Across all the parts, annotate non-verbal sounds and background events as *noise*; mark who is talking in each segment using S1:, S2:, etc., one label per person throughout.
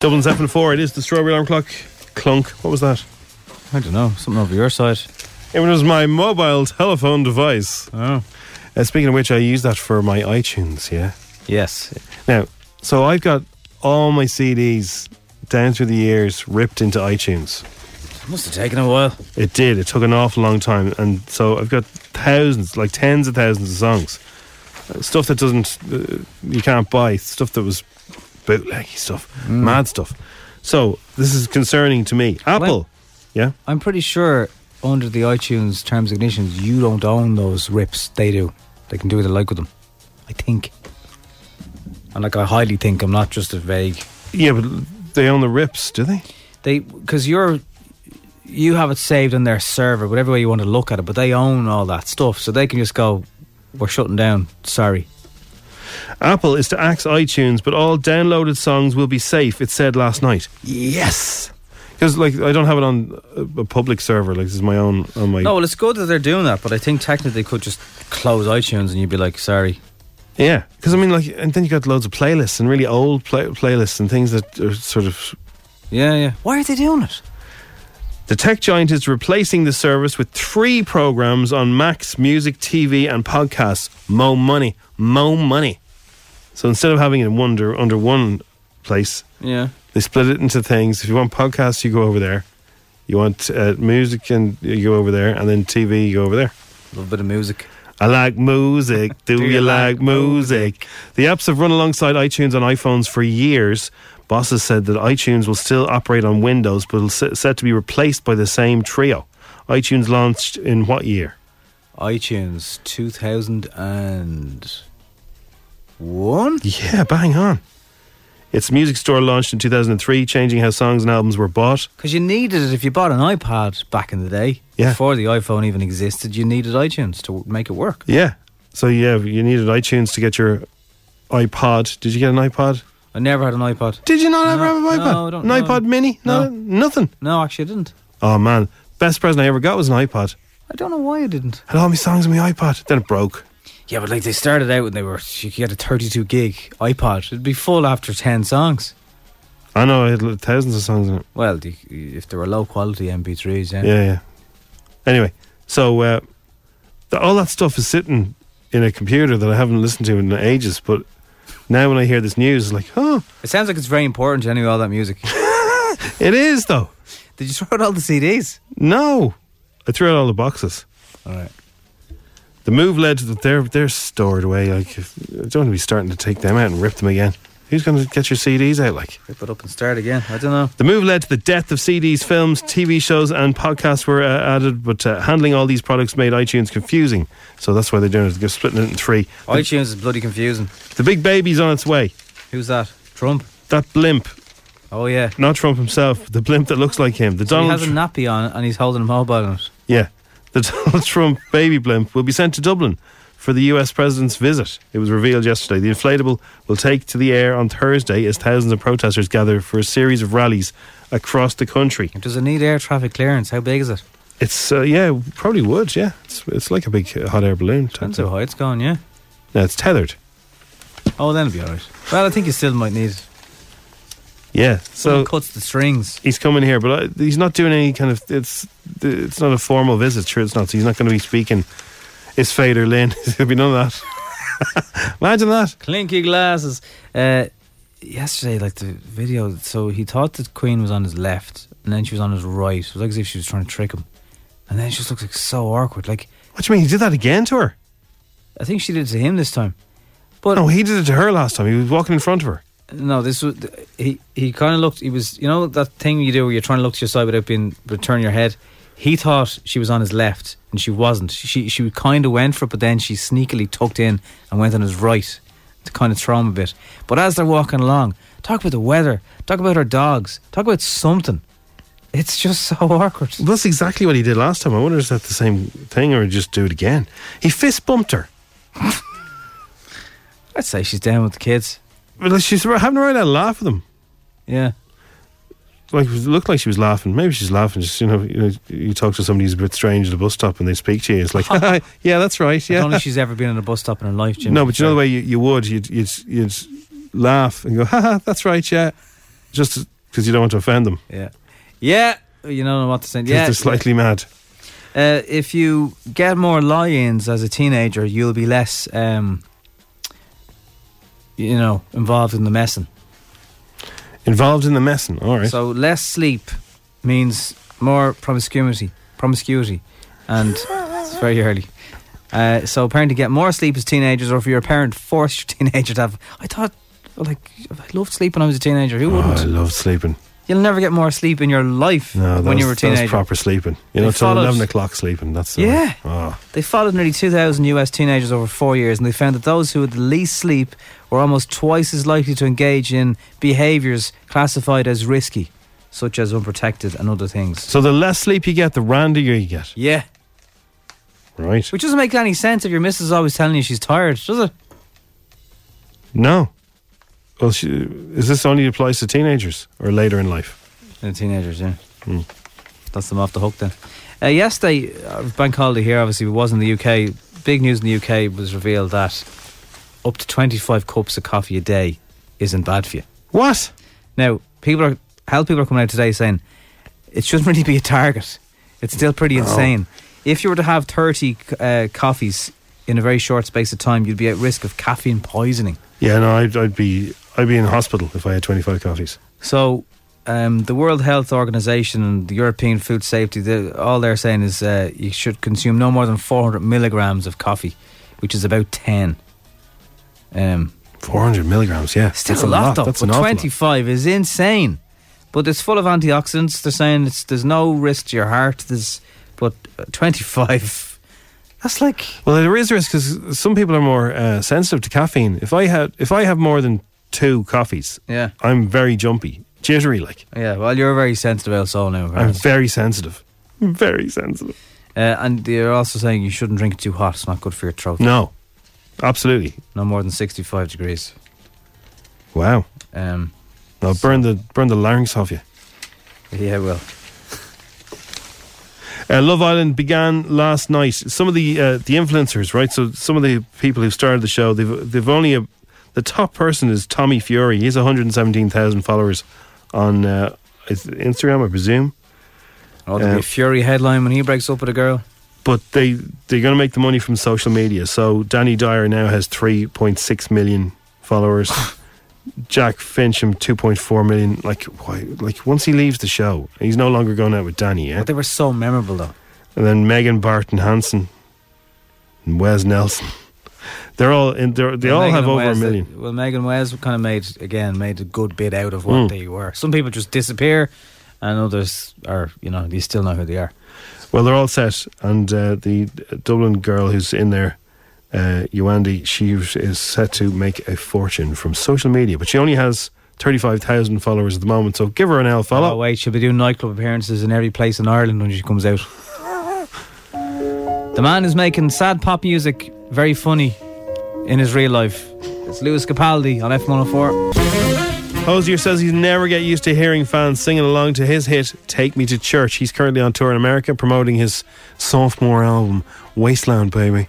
S1: Dublin's F and 4, it is the strawberry alarm clock. Clunk. What was that?
S2: I don't know. Something over your side.
S1: It was my mobile telephone device.
S2: Oh.
S1: Uh, speaking of which, I use that for my iTunes, yeah?
S2: Yes.
S1: Now, so I've got all my CDs down through the years ripped into iTunes.
S2: Must have taken a while.
S1: It did. It took an awful long time, and so I've got thousands, like tens of thousands of songs, Uh, stuff that doesn't uh, you can't buy, stuff that was bootleggy stuff, mad stuff. So this is concerning to me. Apple, yeah,
S2: I'm pretty sure under the iTunes terms and conditions, you don't own those rips. They do. They can do what they like with them. I think. And like I highly think, I'm not just a vague.
S1: yeah, but they own the rips, do they?
S2: They because you're you have it saved on their server, whatever way you want to look at it. But they own all that stuff, so they can just go. We're shutting down. Sorry.
S1: Apple is to axe iTunes, but all downloaded songs will be safe. It said last night
S2: Yes.
S1: because like I don't have it on uh, a, a public server. Like this is my own on my
S2: No, well, it's good that they're doing that, but I think technically they could just close iTunes and you'd be like, sorry.
S1: Yeah, because I mean, like, and then you got loads of playlists and really old play- playlists and things that are sort of.
S2: Yeah, yeah. Why are they doing it?
S1: The tech giant is replacing the service with three programs on Macs, music, TV, and podcasts. Mo money, mo money. So instead of having it in one under, under one place,
S2: Yeah.
S1: they split it into things. If you want podcasts, you go over there. You want uh, music, and you go over there, and then TV, you go over there.
S2: A little bit of music.
S1: I like music. *laughs* Do, you, like, music? The apps have run alongside iTunes on iPhones for years. Bosses said that iTunes will still operate on Windows, but is set to be replaced by the same trio. iTunes launched in what year?
S2: iTunes 2001?
S1: Yeah, bang on. Its music store launched in 2003, changing how songs and albums were bought.
S2: Because you needed it if you bought an iPad back in the day.
S1: Yeah.
S2: Before the iPhone even existed, you needed iTunes to make it work.
S1: Yeah. So, yeah, you needed iTunes to get your iPod. Did you get an iPod?
S2: I never had an iPod.
S1: Did you not ever have
S2: No,
S1: an
S2: no,
S1: iPod?
S2: I don't
S1: an
S2: know.
S1: iPod mini?
S2: No.
S1: Nothing.
S2: No, actually, I didn't.
S1: Oh, man. Best present I ever got was an iPod.
S2: I don't know why I didn't.
S1: had all my songs on my iPod. Then it broke.
S2: Yeah, but like they started out when they were, you could get a 32 gig iPod. It'd be full after 10 songs.
S1: I know I had l- thousands of songs in it.
S2: Well, the, if they were low quality MP3s, yeah.
S1: Yeah, yeah. Anyway, so uh, the, all that stuff is sitting in a computer that I haven't listened to in ages. But now when I hear this news, it's like, oh,
S2: It sounds like it's very important to anyway, all that music.
S1: it is though.
S2: *laughs* Did you throw out all the CDs?
S1: No, I threw out all the boxes.
S2: All right.
S1: The move led to the, they're they're stored away. Like if- I don't want to be starting to take them out and rip them again. Who's going to get your CDs out? Like
S2: Rip it up and start again. I don't know.
S1: The move led to the death of CDs, films, TV shows, and podcasts were uh, added, but uh, handling all these products made iTunes confusing. So that's why they're doing it. They're splitting it in three.
S2: iTunes is bloody confusing.
S1: The big baby's on its way.
S2: Who's that? Trump.
S1: That blimp,
S2: Oh yeah.
S1: not Trump himself, the blimp that looks like him. The
S2: he
S1: Donald
S2: has a
S1: Tr-
S2: nappy on and he's holding a mobile on it.
S1: Yeah. The *laughs* Donald Trump baby blimp will be sent to Dublin for the US president's visit. It was revealed yesterday. The inflatable will take to the air on Thursday as thousands of protesters gather for a series of rallies across the country.
S2: Does it need air traffic clearance? How big is it?
S1: It's uh, yeah, probably would. Yeah, it's it's like a big uh, hot air balloon. type
S2: Depends
S1: thing.
S2: how high it's going, yeah.
S1: No, it's tethered.
S2: Oh, then it'll be alright. Well, I think you still might need it.
S1: Yeah,
S2: So
S1: so
S2: it cuts the strings.
S1: he's coming here, but uh, he's not doing any kind of. It's it's not a formal visit. Sure, it's not. So he's not going to be speaking. It's Fader Lynn. *laughs* There'll be none of that. *laughs* Imagine that.
S2: Clinky glasses. Uh, yesterday, like the video, so he thought that Queen was on his left, and then she was on his right. It was like as if she was trying to trick him, and then she just looks like so awkward. Like
S1: What do you mean? He did that again to her?
S2: I think she did it to him this time. But
S1: No, he did it to her last time. He was walking in front of her.
S2: No, this was he. He kind of looked. He was, you know, that thing you do where you're trying to look to your side without being, but turn your head. He thought she was on his left, and she wasn't. She she kind of went for it, but then she sneakily tucked in and went on his right. to kind of throw him a bit. But as they're walking along, talk about the weather, talk about her dogs, talk about something. It's just so *laughs* awkward.
S1: Well, that's exactly what he did last time. I wonder is that the same thing or just do it again. He fist bumped her.
S2: I'd say she's down with the kids.
S1: Well, she's having a right out laugh with him.
S2: Yeah.
S1: Like it looked like she was laughing. Maybe she's laughing. Just you know, you, know, you talk to somebody who's a bit strange at a bus stop and they speak to you. It's like, *laughs* yeah, that's right.
S2: I
S1: Yeah.
S2: don't think she's ever been in a bus stop in her life, Jim.
S1: No, but you know the way you, you would, you'd, you'd you'd laugh and go, *laughs* ha ha, that's right, yeah, just because you don't want to offend them.
S2: Yeah. Yeah. You don't know what to say.
S1: 'Cause
S2: Yeah.
S1: they're slightly mad.
S2: Uh, if you get more lie-ins as a teenager, you'll be less, um, you know, involved in the messing.
S1: Involved in the messing. All right.
S2: So less sleep means more promiscuity, promiscuity, and it's
S1: *laughs*
S2: very early. Uh, so apparently, get more sleep as teenagers, or if you're a parent, *laughs* force your teenager to have. I thought, like, I loved sleep when I was a teenager. Who
S1: Oh,
S2: wouldn't?
S1: I love sleeping.
S2: You'll never get more sleep in your life
S1: No, that
S2: when
S1: was,
S2: you
S1: that
S2: were a
S1: was
S2: teenager.
S1: proper sleeping. You know,
S2: They
S1: till
S2: followed-
S1: eleven o'clock sleeping. That's the
S2: Yeah.
S1: Oh.
S2: They followed nearly 2,000 US teenagers over four years, and they found that those who had the least sleep were almost twice as likely to engage in behaviours classified as risky, such as unprotected and other things.
S1: So the less sleep you get, the randier you get.
S2: Yeah.
S1: Right?
S2: Which doesn't make any sense if your missus is always telling you she's tired, does it?
S1: No. Well, she, is this only applies to teenagers or later in life?
S2: The teenagers, yeah. That's them off the hook then. Uh, yesterday, uh, bank holiday here, obviously, it was in the UK. Big news in the UK was revealed that up to 25 cups of coffee a day isn't bad for you.
S1: What?
S2: Now, people are health people are coming out today saying it shouldn't really be a target. It's still pretty insane. If you were to have thirty uh, coffees in a very short space of time, you'd be at risk of caffeine poisoning.
S1: Yeah, no, I'd, I'd be I'd be in hospital if I had twenty five coffees.
S2: So, um, the World Health Organization and the European Food Safety, they all they're saying is uh, you should consume no more than four hundred milligrams of coffee, which is about ten. Um,
S1: Four hundred milligrams. Yeah,
S2: Still
S1: That's
S2: a lot, though.
S1: That's
S2: but
S1: an awful lot.
S2: 25 is insane. But it's full of antioxidants. They're saying it's, there's no risk to your heart. There's but uh, 25. That's like
S1: Well, there is risk because some people are more uh, sensitive to caffeine. If I had, if I have more than two coffees,
S2: yeah,
S1: I'm very jumpy, jittery. Like
S2: *laughs* yeah. Well, you're very sensitive also now,
S1: I'm
S2: apparently.
S1: very sensitive, very sensitive.
S2: uh, and they're also saying you shouldn't drink it too hot. It's not good for your throat.
S1: No, absolutely.
S2: No more than 65 degrees.
S1: Wow.
S2: Um,
S1: No, burn the burn the larynx off you.
S2: yeah, well,
S1: Uh, Love Island began last night. Some of the uh, the influencers, right? So some of the people who started the show, they've they've only a, the top person is Tommy Fury. He has 117,000 followers on uh, is it Instagram, I presume.
S2: oh, there'll be
S1: Uh,
S2: a Fury headline when he breaks up with a girl.
S1: But they they're going to make the money from social media. So Danny Dyer now has 3.6 million
S2: *laughs*
S1: followers. Jack Fincham 2.4 million. Like why? Like once he leaves the show, he's no longer going out with Danny. Yeah.
S2: But they were so memorable though.
S1: and then Megan Barton Hansen and Wes Nelson. They're all in. They're, they all
S2: Meghan
S1: have
S2: and
S1: over a
S2: Wes,
S1: million.
S2: well, Megan Wes kind of made again made a good bit out of what
S1: Mm.
S2: they were. Some people just disappear, and others are you know you still know who they are.
S1: Well, they're all set, and uh, the Dublin girl who's in there, uh, Yuandi, she is set to make a fortune from social media, but she only has thirty-five thousand followers at the moment. So give her an L
S2: Oh
S1: follow.
S2: wait, she'll be doing nightclub appearances in every place in Ireland when she comes out. the man who's making sad pop music very funny in his real life. It's Lewis Capaldi on F104.
S1: Hosier says he's never get used to hearing fans singing along to his hit "Take Me to Church." He's currently on tour in America promoting his sophomore album "Wasteland Baby."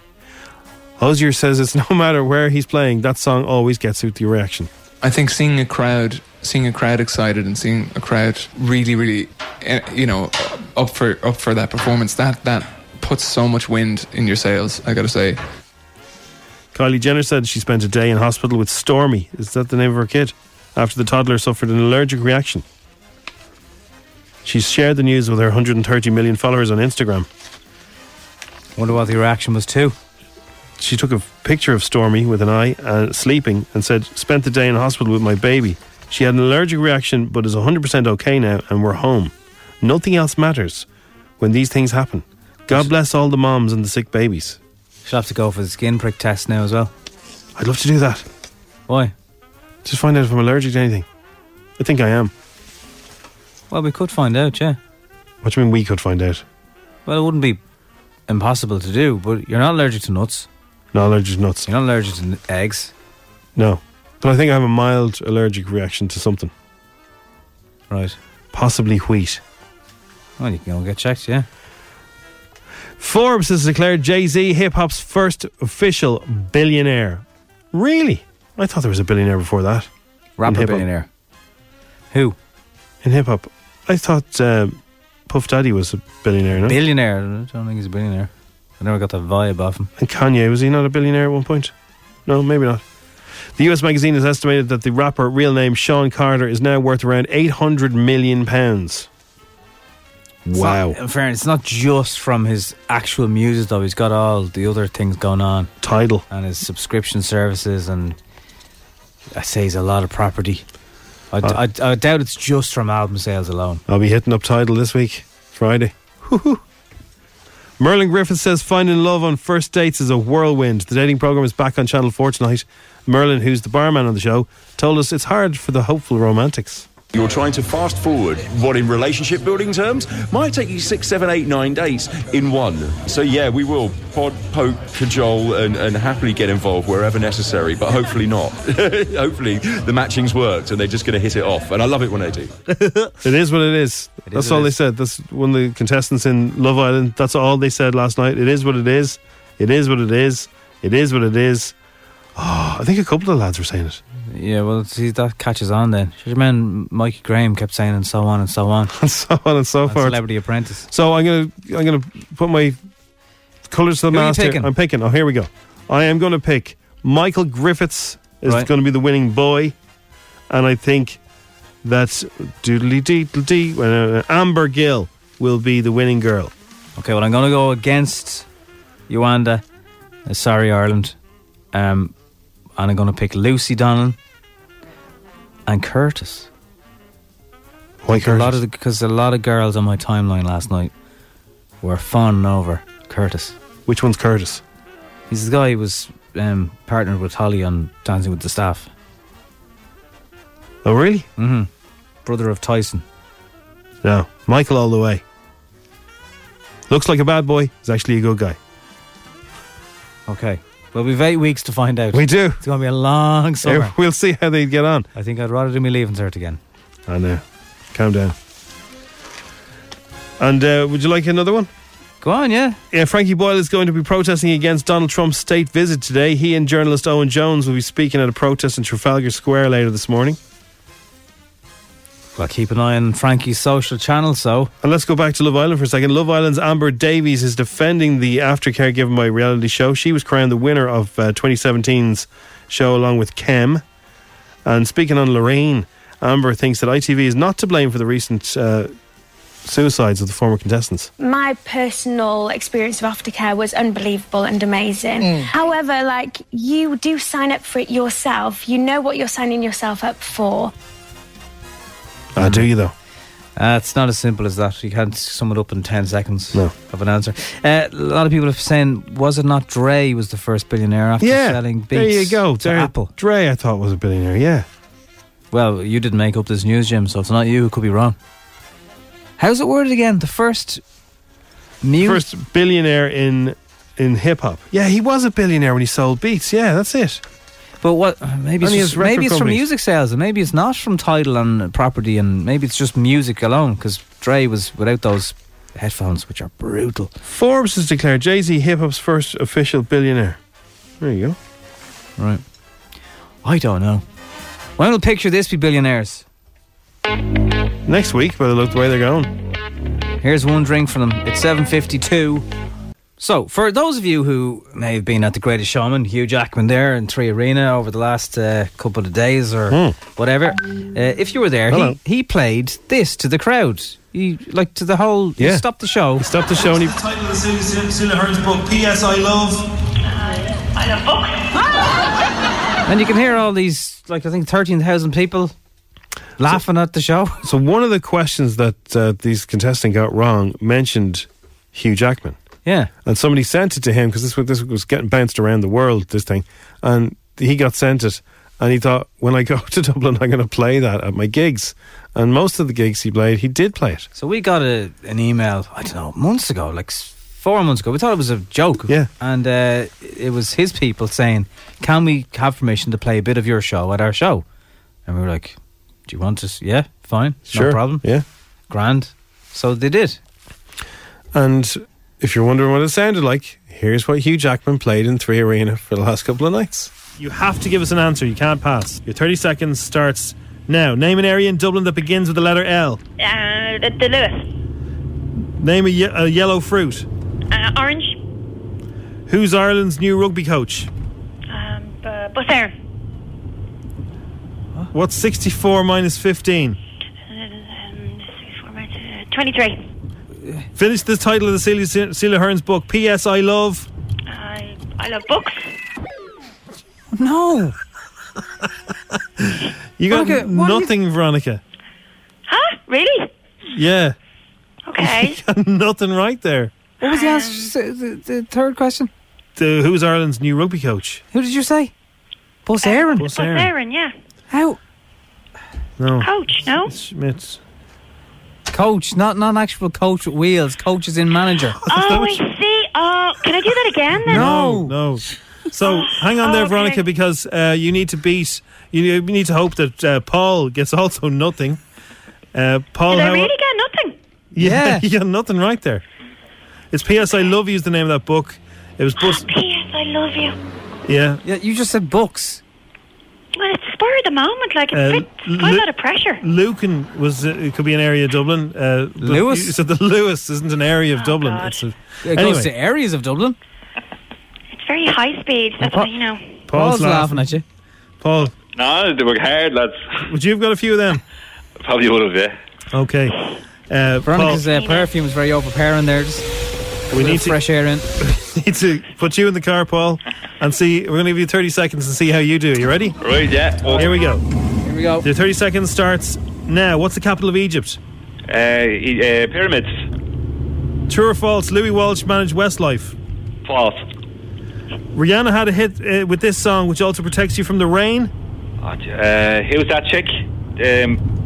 S1: Hosier says it's no *laughs* matter where he's playing, that song always gets out the reaction.
S3: I think seeing a crowd, seeing a crowd excited, and seeing a crowd really, really, eh, you know, up for up for that performance, that that puts so much wind in your sails. I got to say,
S1: Kylie Jenner said she spent a day in hospital with Stormy. Is that the name of her kid? After the toddler suffered an allergic reaction. She shared the news with her 130 million followers on Instagram.
S2: Wonder what the reaction was too.
S1: She took a picture of Stormy with an eye uh, sleeping and said, Spent the day in hospital with my baby. She had an allergic reaction but is 100% okay now and we're home. Nothing else matters when these things happen. God bless all the moms and the sick babies.
S2: She'll have to go for the skin prick test now as well.
S1: I'd love to do that.
S2: Why?
S1: Just find out if I'm allergic to anything. I think I am.
S2: Well, we could find out, yeah.
S1: What do you mean we could find out?
S2: Well, it wouldn't be impossible to do, but you're not allergic to nuts.
S1: Not allergic to nuts.
S2: You're not allergic to n- eggs,
S1: No. But I think I have a mild allergic reaction to something.
S2: right?
S1: Possibly wheat.
S2: Well, you can go get checked, yeah.
S1: Forbes has declared Jay Z hip hop's first official billionaire. Really? I thought there was a billionaire before that
S2: Rapper
S1: hip-hop.
S2: billionaire. Who?
S1: in hip hop. I thought um, Puff Daddy was a billionaire, no?
S2: Billionaire. I don't think he's a billionaire. I never got that vibe off him.
S1: and Kanye, was he not a billionaire at one point? No, maybe not. The US magazine has estimated that the rapper, real name Sean Carter, is now worth around 800 million pounds.
S2: It's
S1: Wow.
S2: not- in fairness, it's not just from his actual music, though. He's got all the other things going on
S1: Tidal.
S2: and his subscription services, and I say he's a lot of property. I, d-
S1: Uh.
S2: I d- I doubt it's just from album sales alone.
S1: I'll be hitting up Tidal this week, Friday. Hoo-hoo. Merlin Griffith says finding love on first dates is a whirlwind. The dating program is back on Channel 4 tonight. Merlin, who's the barman on the show, told us it's hard for the hopeful romantics.
S4: You're trying to fast forward what, in relationship building terms, might take you six, seven, eight, nine dates in one. So, yeah, we will pod, poke, cajole, and, and happily get involved wherever necessary, but hopefully not. *laughs* hopefully, the matching's worked and they're just going to hit it off. And I love it when they do.
S1: It is what it is.
S2: It is
S1: that's
S2: what
S1: all
S2: it
S1: they
S2: is.
S1: said. That's one of the contestants in Love Island. That's all they said last night. It is what it is. It is what it is. It is what it is. Oh, I think a couple of lads were saying it. *laughs*
S2: Yeah, well, see, that catches on then. Should you man Mikey Graham kept saying and so on and so on.
S1: And so on and so
S2: on
S1: forth.
S2: Celebrity Apprentice.
S1: So I'm gonna I'm gonna put my colours to the
S2: Who are you
S1: mast here.
S2: picking?
S1: I'm picking. Oh, here we go. I am gonna pick Michael Griffiths is
S2: Right.
S1: gonna be the winning boy, and I think that's doodly deedle dee. uh, Amber Gill will be the winning girl.
S2: Okay, well, I'm going to go against Uganda. Uh, sorry, Ireland. Um, and I'm going to pick Lucy Donnell and Curtis.
S1: Why
S2: A lot of because a lot of girls on my timeline last night were fawning over Curtis.
S1: Which one's Curtis?
S2: He's the guy who was um, partnered with Holly on Dancing with the Staff.
S1: Oh, really?
S2: hmm Brother of Tyson.
S1: No, Michael all the way. Looks like a bad boy. He's actually a good guy.
S2: Okay. Well, we've eight weeks to find out.
S1: We do.
S2: It's going to be a long summer.
S1: We'll see how they get on.
S2: I think I'd rather do my leaving cert again.
S1: I know. Calm down. And uh, would you like another one?
S2: Go on, yeah.
S1: Yeah, Frankie Boyle is going to be protesting against Donald Trump's state visit today. He and journalist Owen Jones will be speaking at a protest in Trafalgar Square later this morning.
S2: Well, keep an eye on Frankie's social channel, so.
S1: And let's go back to Love Island for a second. Love Island's Amber Davies is defending the aftercare given by reality show. She was crowned the winner of uh, 2017's show along with Kem. And speaking on Lorraine, Amber thinks that ITV is not to blame for the recent uh, suicides of the former contestants.
S5: my personal experience of aftercare was unbelievable and amazing. However, like you do sign up for it yourself. You know what you're signing yourself up for.
S1: Ah, do you though?
S2: Uh, it's not as simple as that. You can't sum it up in 10 seconds
S1: No.
S2: of an answer. Uh, a lot of people are saying, was it not Dre was the first billionaire after selling beats
S1: there you go.
S2: to
S1: There-
S2: Apple?
S1: Dre, I thought was a billionaire. Yeah,
S2: Well, you didn't make up this news, Jim, so it's not you who could be wrong. How's it worded again? The first mu-
S1: first billionaire in in hip hop. Yeah, he was a billionaire when he sold beats. Yeah, that's it.
S2: But what? uh, Maybe it's,
S1: Only
S2: just-
S1: his record
S2: maybe it's from
S1: companies.
S2: music sales, and maybe it's not from title and property, and maybe it's just music alone. Because Dre was without those headphones, which are brutal.
S1: Forbes has declared Jay Z hip hop's first official billionaire. There you go.
S2: Right. I don't know. When will picture this be billionaires?
S1: Next week, by the look the way they're going.
S2: Here's one drink for them. It's 7.52. So, for those of you who may have been at The Greatest Showman, Hugh Jackman there in Three Arena over the last uh, couple of days or whatever, uh, if you were there,
S1: Hello.
S2: he, he played this to the crowd. He, like, to the whole...
S1: Yeah.
S2: He stopped the show.
S1: Stop the show and he.
S6: title of Sil- Sil- Silla Hearn's book, P.S. I Love.
S2: And you can hear all these, like, I think 13,000 people laughing at the show. *laughs*
S1: So one of the questions that uh, these contestants got wrong mentioned Hugh Jackman,
S2: yeah.
S1: and somebody sent it to him because this was this was getting bounced around the world. This thing, and he got sent it, And he thought, when I go *laughs* to Dublin, I'm going to play that at my gigs. And most of the gigs he played, he did play it.
S2: So we got a, an email, I don't know, months ago, like s- four months ago. We thought it was a joke.
S1: Yeah.
S2: And uh, it was his people saying, Can we have permission to play a bit of your show at our show? And we were like, Do you want us? Yeah, fine.
S1: Sure.
S2: No problem.
S1: Yeah.
S2: Grand. So they did.
S1: And if you're wondering what it sounded like, here's what Hugh Jackman played in Three Arena for the last couple of nights. You have to give us an answer. You can't pass. Your 30 seconds starts now. Name an area in Dublin that begins with the letter L.
S7: Uh, the, the Lewis.
S1: Name a, ye- a yellow fruit.
S7: Uh, orange.
S1: Who's Ireland's new rugby coach?
S7: Um, bu- bus iron.
S1: What's 64 minus 15?
S7: Um, 64 minus, uh, 23.
S1: Finish the title of the Celia, Celia Hearn's book, P.S. I Love.
S7: I, I love books.
S2: No.
S1: You got
S2: Veronica, what are you-
S1: nothing, Veronica.
S7: Huh? Really?
S1: Yeah, *laughs*
S7: Okay.
S1: nothing right there.
S2: What was the answer? to say- The, the third question?
S1: The, who's Ireland's new rugby coach?
S2: Who did you say? Uh, Bus Aaron.
S1: Bus
S7: bus
S1: Aaron.
S7: iron, yeah.
S2: How?
S1: No.
S7: Coach, no?
S1: Schmitz.
S2: Coach, not, not an actual coach with wheels. Coach is in manager.
S7: Oh, I see. Oh, can I do that again
S2: *laughs*
S7: then?
S2: No.
S1: No. So hang on there,
S7: Oh, Okay.
S1: Veronica, because uh, you need to beat. You you need to hope that uh, Paul gets also nothing. Uh, Paul,
S7: Did I
S1: how-
S7: really get nothing?
S1: *laughs* yeah,
S2: Yeah.
S1: you got nothing right there. It's P.S. I love you is the name of that book. It was bus.
S7: P.S. I love you.
S1: Yeah,
S2: Yeah, you just said books.
S7: Well, it's spur of the moment. Like, it's
S1: Uh,
S7: a bit, it's quite
S1: Lu-
S7: a lot of pressure.
S1: Lucan was uh, it could be an area of Dublin. Uh, but
S2: Lewis?
S1: you said the Lewis isn't an area of Dublin.
S7: Oh, God.
S1: It's a,
S2: It goes to
S1: anyway,
S2: areas of Dublin.
S7: It's very high speed. That's
S2: What?
S7: what you know.
S1: Paul's, laughing.
S2: at you.
S1: Paul,
S8: No, they were hard, lads.
S1: would you have got a few of them?
S8: Probably would have, yeah.
S1: Okay. Uh, Paul,
S2: Veronica's uh, perfume is very overpowering there. Just
S1: we need to,
S2: fresh air in.
S1: *laughs* need to put you in the car, Paul, and see. We're going to give you 30 seconds and see how you do. You ready?
S8: Right, yeah. Well,
S1: Here we go.
S2: Here we go.
S1: The 30 seconds starts now. What's the capital of Egypt?
S8: uh, e- uh, pyramids.
S1: True or false? Louis Walsh managed Westlife.
S8: False.
S1: Rihanna had a hit uh, with this song, which also protects you from the rain.
S8: Oh, gee- uh, who's that chick? Um,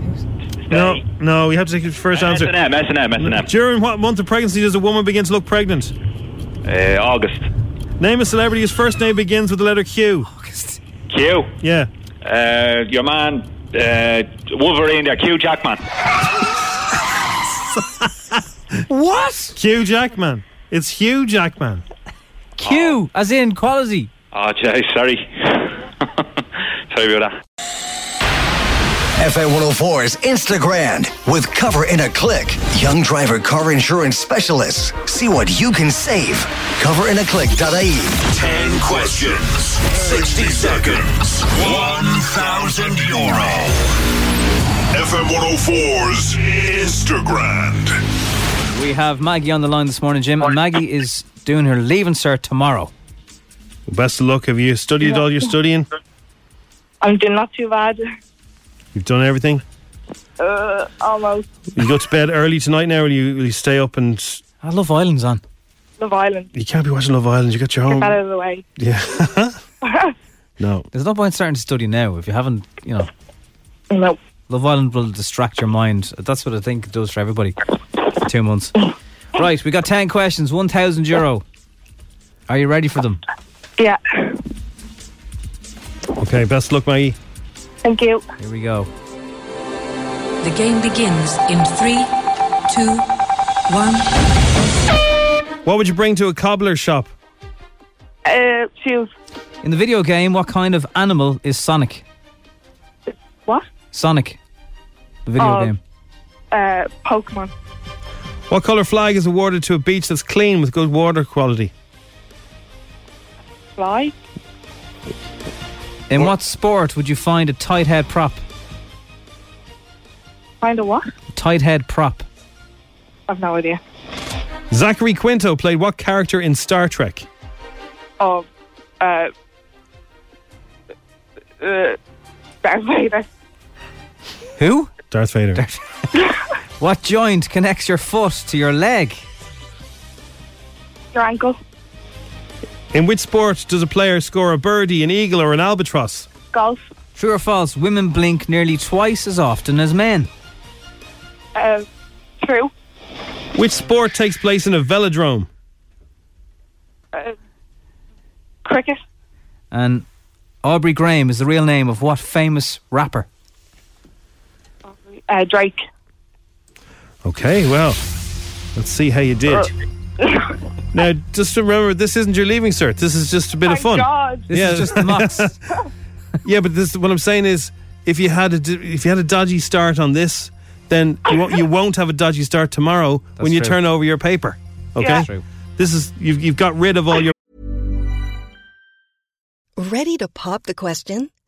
S8: Uh,
S1: No, no, you have to take the first answer.
S8: S&M, S&M, S&M.
S1: During what month of pregnancy does a woman begin to look pregnant?
S8: Uh, August.
S1: Name a celebrity whose first name begins with the letter Q.
S8: Q.
S1: Yeah.
S8: Uh, your man, uh, Wolverine there, Q Jackman.
S2: What?
S1: Q Jackman. It's Hugh Jackman. Oh.
S2: Q, as in quality.
S8: Oh, gee, sorry. sorry about that.
S9: FA 104's Instagram with Cover in a Click. Young driver car insurance specialists. See what you can save. Coverinaclick.ie.
S10: 10 questions, 60 seconds, 1,000 euro. FM 104's Instagram.
S2: We have Maggie on the line this morning, Jim, and Maggie is doing her leaving cert tomorrow.
S1: Best of luck. Have you studied all your studying?
S7: I'm doing not too bad.
S1: You've done everything?
S7: Uh, almost.
S1: You go to bed early tonight now, or you, will you stay up and
S2: I love Islands on.
S7: Love Island.
S1: you can't be watching Love Island? You got your home.
S7: of the way.
S1: Yeah. *laughs* no.
S2: There's no point starting to study now if you haven't, you know.
S7: No.
S2: Love Island will distract your mind. That's what I think it does for everybody. Two months. Right, we got 10 questions, 1,000 euro. Are you ready for them?
S7: Yeah.
S1: Okay. Best of luck, Maggie.
S7: Thank you.
S2: Here we go.
S11: The game begins in three, two, one.
S1: What would you bring to a cobbler shop?
S7: Uh, shoes.
S2: In the video game, what kind of animal is Sonic?
S7: What?
S2: Sonic. The video
S7: Oh.
S2: game.
S7: Uh, Pokemon.
S1: What colour flag is awarded to a beach that's clean with good water quality?
S7: Fly.
S2: In what sport would you find a tight head prop?
S7: Find a what?
S2: Tight head prop.
S7: I've no idea.
S1: Zachary Quinto played what character in Star Trek?
S7: Oh, uh, uh, Darth Vader.
S2: Who?
S1: Darth Vader.
S2: What joint connects your foot to your leg?
S7: Your ankle.
S1: In which sport does a player score a birdie, an eagle, or an albatross?
S7: Golf.
S2: True or false? Women blink nearly twice as often as men.
S7: Uh, true.
S1: Which sport takes place in a velodrome?
S7: Uh, cricket.
S2: And Aubrey Graham is the real name of what famous rapper?
S7: Uh, Drake.
S1: Okay, well, let's see how you
S7: *laughs*
S1: did. Now, just remember, this isn't your leaving cert. This is just a bit of
S7: Thank
S1: fun.
S7: God. This is just the
S1: mocks. yeah, but this what I'm saying is, if you had a d- if you had a dodgy start on this, then you won't, you won't have a dodgy start tomorrow when you
S12: true.
S1: turn over your paper. Okay,
S12: Yeah. That's true.
S1: this is you've you've got rid of all your.
S13: Ready to pop the question?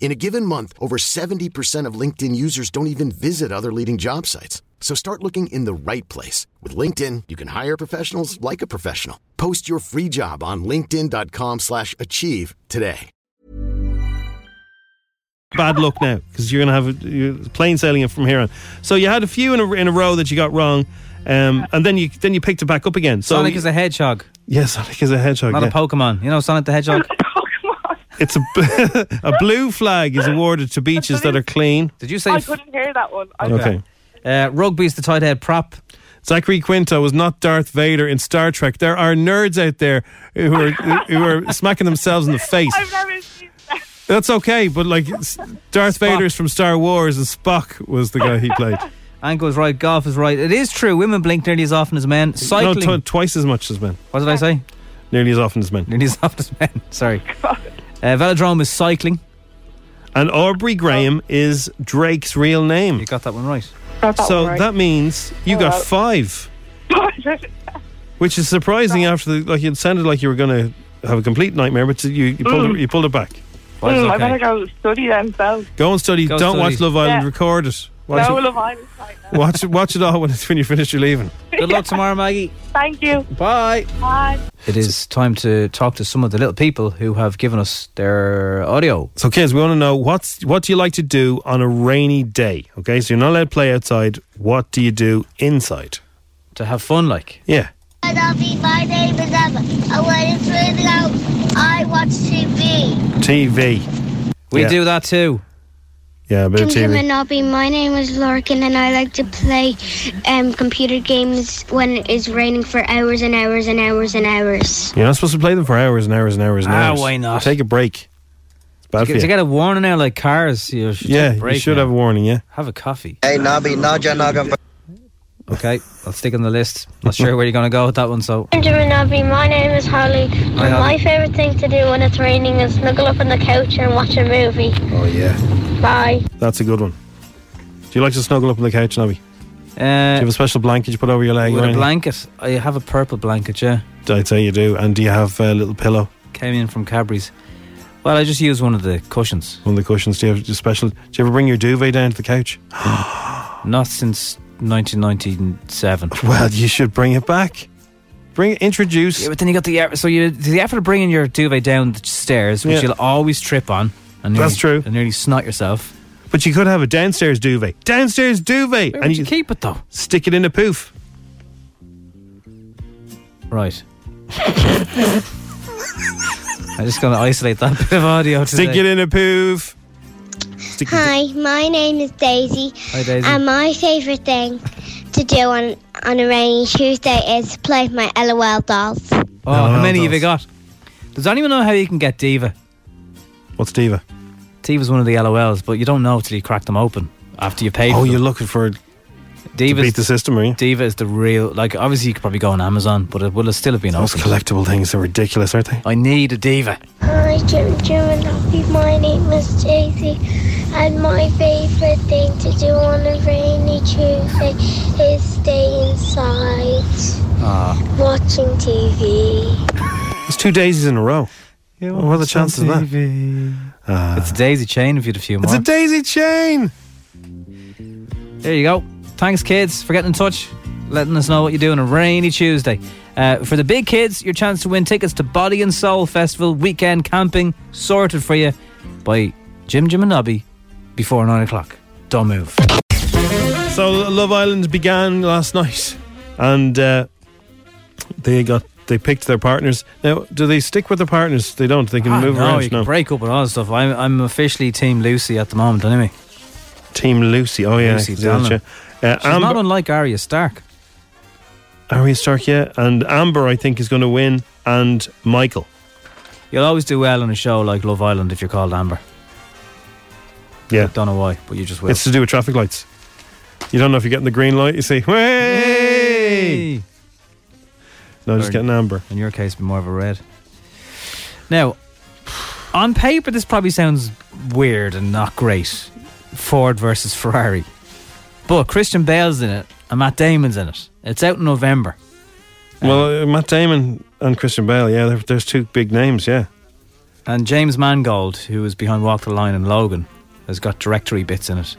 S14: In a given month, over 70% of LinkedIn users don't even visit other leading job sites. So start looking in the right place. With LinkedIn, you can hire professionals like a professional. Post your free job on linkedin.com/achieve slash achieve today.
S1: bad luck now because you're going to have you plain sailing it from here on. So you had a few in a, in a row that you got wrong, um, and then you then you picked it back up again. So
S2: Sonic is a hedgehog.
S1: yeah, Sonic is a hedgehog,
S2: Not
S1: yeah.
S2: a Pokemon. You know Sonic the
S7: *laughs*
S2: Hedgehog?
S1: It's a *laughs* a blue flag is awarded to beaches that are clean.
S2: Did you
S7: I couldn't hear that one. I
S1: Okay.
S2: Uh, rugby's the tight head prop.
S1: Zachary Quinto was not Darth Vader in Star Trek. There are nerds out there who are who are smacking themselves in the face.
S7: I've never seen that.
S1: That's okay, but like s- Darth Vader's from Star Wars and Spock was the guy he
S7: *laughs*
S1: played.
S2: Ankle's right, golf is right. It is true. Women blink nearly as often as men.
S1: No, t-
S2: Cycling.
S1: twice as much as men.
S2: what did I say? *laughs*
S1: Nearly as often as men.
S2: Nearly as often as men. *laughs*
S1: *laughs*
S2: Sorry. Uh, velodrome is cycling.
S1: And Aubrey Graham is Drake's real name. You
S2: got that one right.
S7: Got that
S1: so
S7: one right.
S1: that means you
S7: Oh,
S1: got
S7: well.
S1: five,
S7: *laughs*
S1: which is surprising after the, like it sounded like you were going to have a complete nightmare, but you, you, pulled, it,
S7: Mm.
S1: you pulled it back.
S7: Mm, I better go study themselves.
S1: Go and study.
S7: Go
S1: Don't
S7: study.
S1: watch Love Island.
S7: Yeah.
S1: Record it. Watch,
S7: No,
S1: it.
S7: Love Island.
S1: watch it. Watch it all when it's when you finish your leaving. *laughs*
S2: Good luck tomorrow, Maggie.
S7: Thank you.
S2: Bye.
S7: Bye.
S2: It is time to talk to some of the little people who have given us their audio.
S1: So, kids, we want to know what's what do you like to do on a rainy day? Okay, so you're not allowed to play outside. What do you do inside?
S2: To have fun, like
S1: yeah.
S15: Lovey, my name is Emma. I went into the house. I watch TV.
S1: TV.
S2: We
S1: Yeah.
S2: do that too.
S1: Yeah, a bit of TV.
S15: Nobby. My name is Larkin, and I like to play um, computer games when it is raining for hours and hours and hours and hours.
S1: You're not supposed to play them for hours and hours and hours and
S2: Ah,
S1: hours.
S2: why not?
S1: Take a break. It's bad
S2: To
S1: for
S2: get,
S1: you.
S2: to get a warning now, like cars, you should
S1: yeah,
S2: take a break
S1: you should
S2: now.
S1: have a warning. Yeah.
S2: Have a coffee.
S9: Hey, Nobby, Naja Naga.
S2: Okay, I'll stick on the list. Not sure where you're going to go with that one, so.
S15: Benjamin Nobby. My name is Holly, and
S2: Hi, Holly.
S15: my favorite thing to do when it's raining is snuggle up on the couch and watch a movie.
S1: Oh yeah,
S15: Bye.
S1: that's a good one. Do you like to snuggle up on the couch, Nobby?
S2: Uh, do you have
S1: a special blanket you put over your leg? or
S2: With a
S1: anything?
S2: blanket. I have a purple blanket, yeah.
S1: I'd say you do. And do you have a little pillow?
S2: Came in from Cadbury's. Well, I just use one of the cushions.
S1: One of the cushions. Do you have a special? Do you ever bring your duvet down to the couch? *laughs*
S2: Not since 1997.
S1: Well, you should bring it back. Bring introduce.
S2: Yeah, but then you got the effort. So you the effort of bringing your duvet down the stairs, which
S1: Yeah.
S2: you'll always trip on. And
S1: That's
S2: true. And nearly snot yourself.
S1: But you could have a downstairs duvet. Downstairs duvet. and you
S2: keep it though.
S1: Stick it in a poof.
S2: *laughs* Right. I'm just going to isolate that bit of audio today.
S1: Stick it in a poof.
S15: Hi, my name is Daisy.
S2: Hi, Daisy.
S16: Um,
S15: And my favourite thing to do on, on a rainy Tuesday is play with my LOL dolls.
S2: Oh, how many have you got? Does anyone know how you can get Diva?
S1: What's Diva?
S2: Diva's one of the LOLs, but you don't know till you crack them open after you pay.
S1: Oh,
S2: for
S1: you're
S2: them.
S1: looking for
S2: Diva's,
S1: beat the system, are you?
S2: Diva is the real. Like, obviously, you could probably go on Amazon, but it will have still have been
S1: those
S2: open.
S1: collectible things. Are ridiculous, aren't they?
S2: I need a Diva.
S12: Hi, Jim Jim and Happy. My name is Daisy, and my favorite thing to do on a rainy Tuesday is stay inside,
S1: Ah,
S12: watching TV.
S1: it's two daisies in a row. Yeah, what are the chances of that?
S2: it's a daisy chain if you had a few more.
S1: Ah. It's a daisy chain.
S2: There you go. Thanks, kids, for getting in touch, letting us know what you do on a rainy Tuesday. Uh, for the big kids, your chance to win tickets to Body and Soul Festival weekend camping sorted for you by Jim Jim and Nobby before nine o'clock. Don't move.
S1: So Love Island began last night, and uh, they got they picked their partners. Now, do they stick with their partners? They don't. They can
S2: Ah,
S1: move
S2: no,
S1: around.
S2: you can break up and all that stuff. I'm, I'm officially Team Lucy at the moment, anyway.
S1: Team Lucy. Oh yeah,
S2: Lucy
S1: I can see that,
S2: Dallin.
S1: yeah. Uh,
S2: She's not unlike Arya Stark.
S1: Arya Stark, yeah, and Amber, I think, is going to win, and Michael.
S2: You'll always do well on a show like Love Island if you're called Amber.
S1: Yeah,
S2: don't know why, but you just will.
S1: It's to do with traffic lights. You don't know if you're getting the green light. You say, "Hey!" No, just
S2: Or-
S1: getting Amber.
S2: In your case, more of a red. Now, on paper, this probably sounds weird and not great. Ford versus Ferrari. But Christian Bale's in it and Matt Damon's in it. It's out in November. Uh-huh.
S1: Well, uh, Matt Damon and Christian Bale, yeah, there- there's two big names, yeah.
S2: And James Mangold, who was behind Walk the Line and Logan, has got directory bits in it.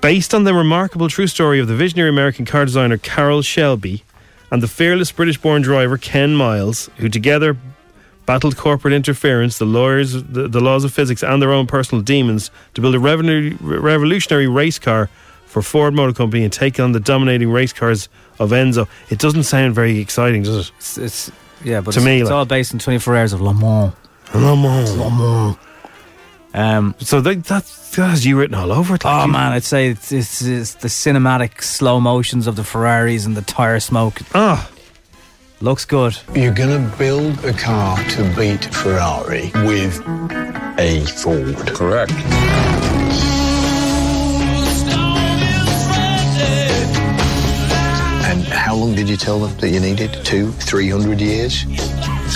S1: Based on the remarkable true story of the visionary American car designer Carol Shelby and the fearless British born driver Ken Miles, who together battled corporate interference, the, lawyers, the, the laws of physics, and their own personal demons to build a revenue, revolutionary race car for Ford Motor Company and take on the dominating race cars of Enzo. It doesn't sound very exciting, does it?
S2: It's, it's yeah, but
S1: To
S2: it's,
S1: me,
S2: it's
S1: like-
S2: all based on 24 hours of Le Mans.
S1: Le Mans. Le
S2: Mans. Um,
S1: so they, that, that has you written all over it.
S2: oh man, I'd say it's, it's, it's the cinematic slow motions of the Ferraris and the tire smoke.
S1: Ah,
S2: looks good.
S17: You're going to build a car to beat Ferrari with a Ford. Correct. And how long did you tell them that you needed? Two, three hundred years?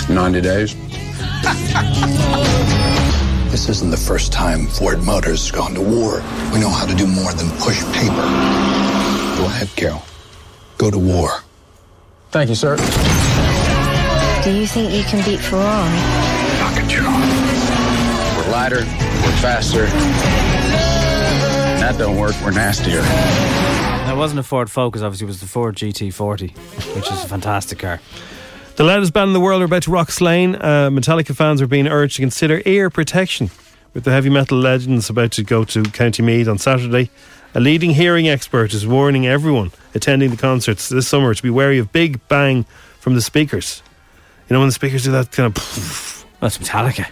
S17: 90 days. this isn't the first time Ford Motors has gone to war. We know how to do more than push paper. Go ahead, Carol. Go to war. Thank you, sir.
S18: Do you think you can beat Ferrari?
S17: Knock it, Gerald. We're lighter, we're faster. That don't work, we're nastier.
S2: That wasn't a Ford Focus, obviously, it was the Ford GT40, which is a fantastic car.
S1: The loudest band in the world are about to rock Slane. Uh, Metallica fans are being urged to consider ear protection. With the heavy metal legends about to go to County Mead on Saturday, a leading hearing expert is warning everyone attending the concerts this summer to be wary of big bang from the speakers. You know, when the speakers do that kind of.
S2: That's Metallica.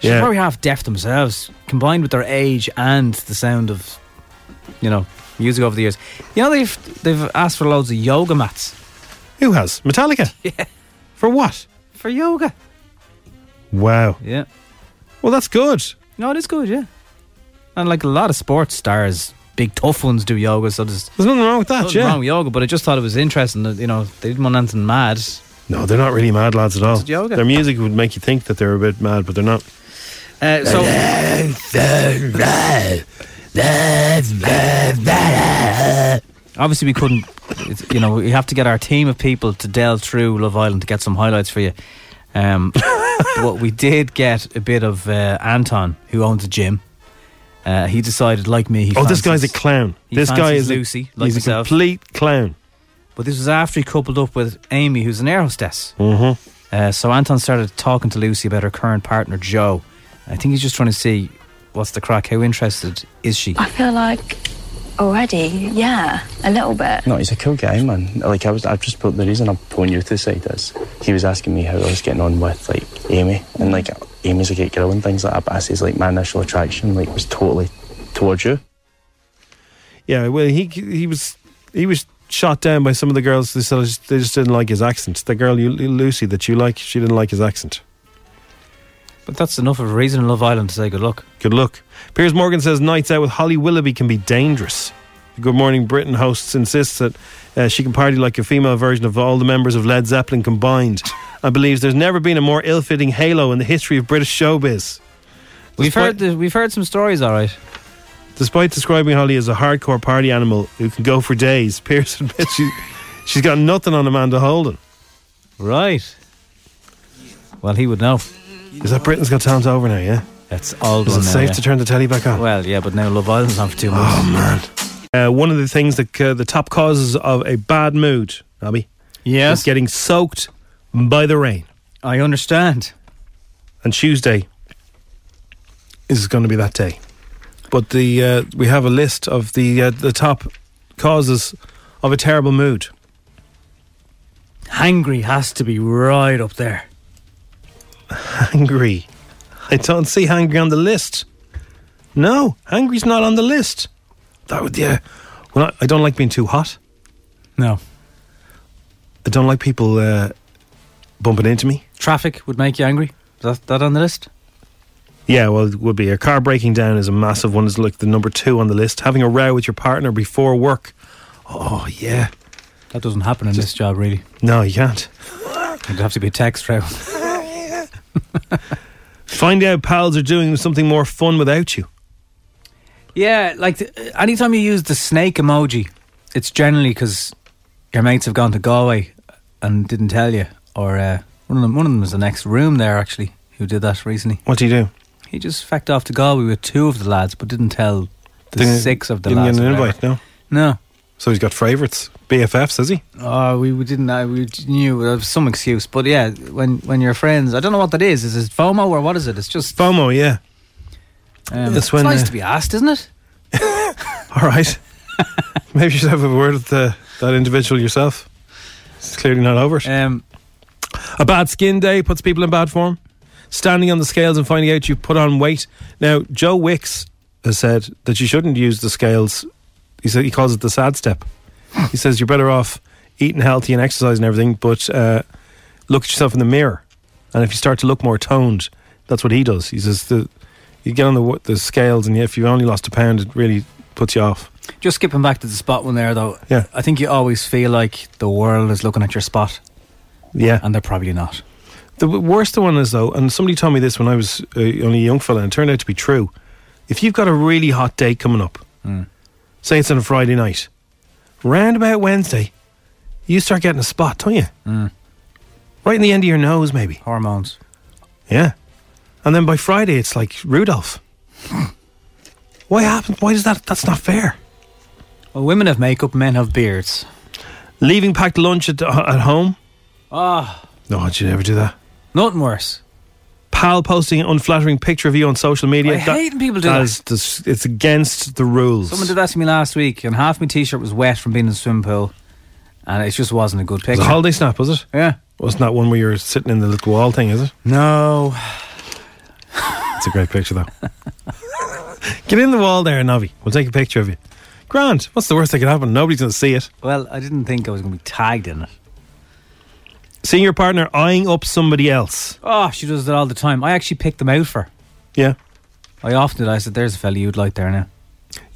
S2: She's
S1: Yeah.
S2: probably half deaf themselves, combined with their age and the sound of, you know, music over the years. You know, they've, they've asked for loads of yoga mats.
S1: Who has? Metallica?
S2: *laughs* Yeah.
S1: For what?
S2: For yoga.
S1: Wow.
S2: Yeah.
S1: Well, that's good.
S2: No, it is good, yeah. And like a lot of sports stars, big tough ones do yoga, so there's,
S1: there's nothing wrong with that,
S2: nothing
S1: yeah.
S2: wrong with yoga, but I just thought it was interesting that, you know, they didn't want anything mad.
S1: No, they're not really mad lads at all.
S2: It's yoga.
S1: Their music would make you think that they're a bit mad, but they're not.
S2: Uh, so. Obviously, we couldn't. it's- You know, we have to get our team of people to delve through Love Island to get some highlights for you.
S1: *laughs*
S2: Um, but we did get a bit of uh, Anton, who owns a gym. Uh, he decided, like me, he
S1: oh, this
S2: fancies-
S1: guy's a clown.
S2: he
S1: This guy
S2: fancies
S1: is
S2: Lucy,
S1: A,
S2: like
S1: he's a
S2: myself.
S1: complete clown.
S2: But this was after he coupled up with Amy, who's an air hostess.
S1: Mm-hmm.
S2: Uh, so Anton started talking to Lucy about her current partner, Joe. I think he's just trying to see what's the crack, how interested is she?
S19: I feel like Already, yeah, a little bit.
S20: No, he's a cool guy, man. Like I was, I just put the reason I'm pulling you to the side is he was asking me how I was getting on with like Amy, and like Amy's a great girl and things like that. But I says like my initial attraction like was totally towards you.
S1: Yeah, well, he he was he was shot down by some of the girls. They said they just didn't like his accent. The girl you, Lucy that you like, she didn't like his accent.
S2: But that's enough of a reason in Love Island to say good luck.
S1: Good luck. Piers Morgan says nights out with Holly Willoughby can be dangerous. The Good Morning Britain hosts insists that uh, she can party like a female version of all the members of Led Zeppelin combined, and believes there's never been a more ill-fitting halo in the history of British showbiz.
S2: We've heard the, we've heard some stories, all right.
S1: Despite describing Holly as a hardcore party animal who can go for days, Pierce *laughs* admits she, she's got nothing on Amanda Holden.
S2: Right. Well, he would know.
S1: Is that Britain's Got Talent over now, yeah?
S2: That's all
S1: Is
S2: done
S1: it
S2: now,
S1: safe
S2: yeah.
S1: to turn the telly back on?
S2: Well, yeah, but now Love Island's on for two months.
S1: Oh, man. Uh, one of the things that uh, the top causes of a bad mood, Abby, yes, is getting soaked by the rain.
S2: I understand.
S1: And Tuesday is going to be that day. But the uh, we have a list of the uh, the top causes of a terrible mood.
S2: Hangry has to be right up there.
S1: Hangry. I don't see hangry on the list. No, hangry's not on the list. That would yeah. Well, I, I don't like being too hot.
S2: No.
S1: I don't like people uh, bumping into me.
S2: Traffic would make you angry. Is that, that on the list?
S1: Yeah, well, it would be a car breaking down is a massive one. Is like the number two on the list. Having a row with your partner before work. Oh yeah.
S2: That doesn't happen in this job, really.
S1: No, you can't.
S2: It'd have to be a text *laughs* round.
S1: Find out pals are doing something more fun without you.
S2: Yeah, like the, anytime you use the snake emoji, it's generally because your mates have gone to Galway and didn't tell you, or uh, one of them. One of them was the next room there actually who did that recently.
S1: What do you do?
S2: He just fecked off to Galway with two of the lads, but didn't tell the
S1: Didn't-
S2: six of the
S1: didn't
S2: lads.
S1: get an
S2: whatever.
S1: invite, no.
S2: No.
S1: So he's got favourites. BFFs, has he?
S2: Oh, we, we didn't. Uh, we d- knew there was some excuse, but yeah, when when your friends, I don't know what that is. Is it FOMO or what is it? It's just
S1: FOMO. Yeah.
S2: Um,
S1: That's when,
S2: it's nice
S1: uh,
S2: to be asked, isn't it?
S1: All right. *laughs* Maybe you should have a word with the, that individual yourself. It's clearly not over.
S2: Um,
S1: a bad skin day puts people in bad form. Standing on the scales and finding out you put on weight. Now, Joe Wicks has said that you shouldn't use the scales. He said he calls it the sad step. He says you're better off eating healthy and exercising and everything, but uh, look at yourself in the mirror. And if you start to look more toned, that's what he does. He says the you get on the w- the scales, and if you've only lost a pound, it really puts you off.
S2: Just skipping back to the spot one there, though.
S1: Yeah.
S2: I think you always feel like the world is looking at your spot.
S1: Yeah.
S2: And they're probably not.
S1: The w- worst one is though, and somebody told me this when I was uh, only a young fella, and it turned out to be true. If you've got a really hot day coming up, say it's on a Friday night, round about Wednesday, you start getting a spot, don't you? Right in the end of your nose, maybe.
S2: Hormones.
S1: Yeah. And then by Friday, it's like Rudolph. Why happened? Why does that? That's not fair.
S2: Well, women have makeup, men have beards.
S1: Leaving packed lunch at, uh, at home.
S2: Ah,
S1: No, did you ever do that?
S2: Nothing worse.
S1: Pal posting an unflattering picture of you on social media.
S2: I hate when people do that.
S1: is dis- it's against the rules.
S2: someone did that to me last week, and half my t-shirt was wet from being in the swim pool, and it just wasn't a good
S1: It was
S2: picture.
S1: a holiday snap, was it?
S2: Yeah.
S1: Wasn't that one where you were sitting in the little wall thing, is it?
S2: No.
S1: It's a great picture, though. *laughs* Get in the wall there, Navi. We'll take a picture of you. Grant, what's the worst that could happen? Nobody's going to see it.
S2: Well, I didn't think I was going to be tagged in it.
S1: Seeing your partner eyeing up somebody else.
S2: Oh, she does that all the time. I actually picked them out for. her.
S1: Yeah.
S2: I often did. I said, "There's a fella you'd like there now."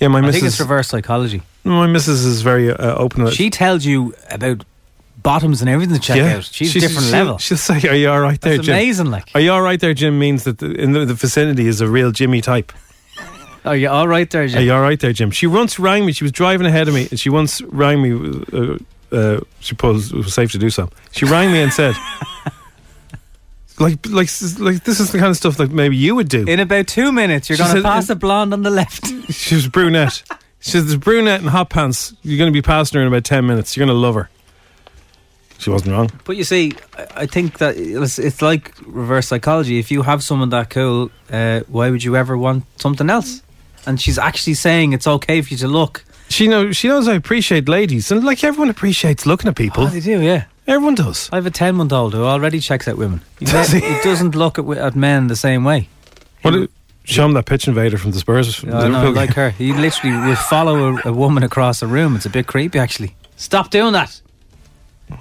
S1: Yeah, my
S2: I
S1: missus.
S2: think it's reverse psychology.
S1: my missus is very uh, open. about-
S2: She tells you about bottoms and everything to check
S1: Yeah.
S2: out. She's,
S1: She's-
S2: different
S1: she'll-
S2: level.
S1: She'll say, "Are you all right there,
S2: That's
S1: Jim?"
S2: amazing, like.
S1: "Are you all right there, Jim?" means that the, in the, the vicinity is a real Jimmy type.
S2: Are you Oh, all right there, Jim?
S1: Are you all right there, Jim? She once rang me. She was driving ahead of me, and she once rang me. Uh, uh, she paused. It was safe to do so. She rang me and
S2: *laughs*
S1: said, "Like, like, like, this is the kind of stuff that maybe you would do."
S2: In about two minutes, you're
S1: She
S2: going to
S1: said-
S2: pass the blonde on the left.
S1: She was brunette. She said, "There's a brunette in hot pants. You're going to be passing her in about ten minutes. You're going to love her." She wasn't wrong.
S2: *laughs* But you see, I I think that it's, it's like reverse psychology. If you have someone that cool, uh, why would you ever want something else? And she's actually saying it's okay for you to look,
S1: She knows. She knows I appreciate ladies, and like everyone appreciates looking at people.
S2: Oh, Ah, they do, yeah.
S1: Everyone does.
S2: I have a 10 month old who already checks out women. He, ne- he doesn't look at, wi- at men the same way.
S1: Well, it- show him that pitch invader from the Spurs.
S2: I don't know, like her. He literally will follow a, a woman across the room. It's a bit creepy, actually. Stop doing that.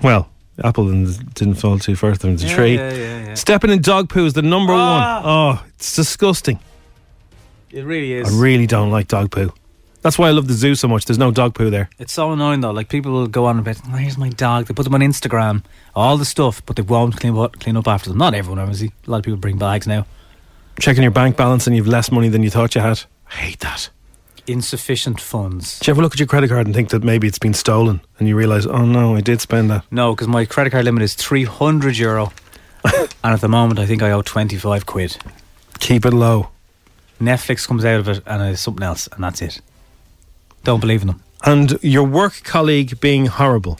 S1: Well, apple didn't didn't fall too far from the
S2: Yeah,
S1: tree.
S2: yeah, yeah, yeah.
S1: Stepping in dog poo is the number
S2: Ah.
S1: one. Oh, it's disgusting.
S2: It really is.
S1: I really don't like dog poo. That's why I love the zoo so much. There's no dog poo there.
S2: It's so annoying though. Like people will go on about, oh, here's my dog. They put them on Instagram, all the stuff, but they won't clean up, clean up after them. Not everyone, obviously. A lot of people bring bags now.
S1: Checking your bank balance and you've less money than you thought you had. I hate that.
S2: Insufficient funds.
S1: Do you ever look at your credit card and think that maybe it's been stolen and you realise, oh no, I did spend that?
S2: No, because my credit card limit is
S1: *laughs*
S2: 300 euro. and at the moment, I think I owe 25 quid.
S1: Keep it low.
S2: Netflix comes out of it and it's something else, and that's it. Don't believe in them.
S1: And your work colleague being horrible.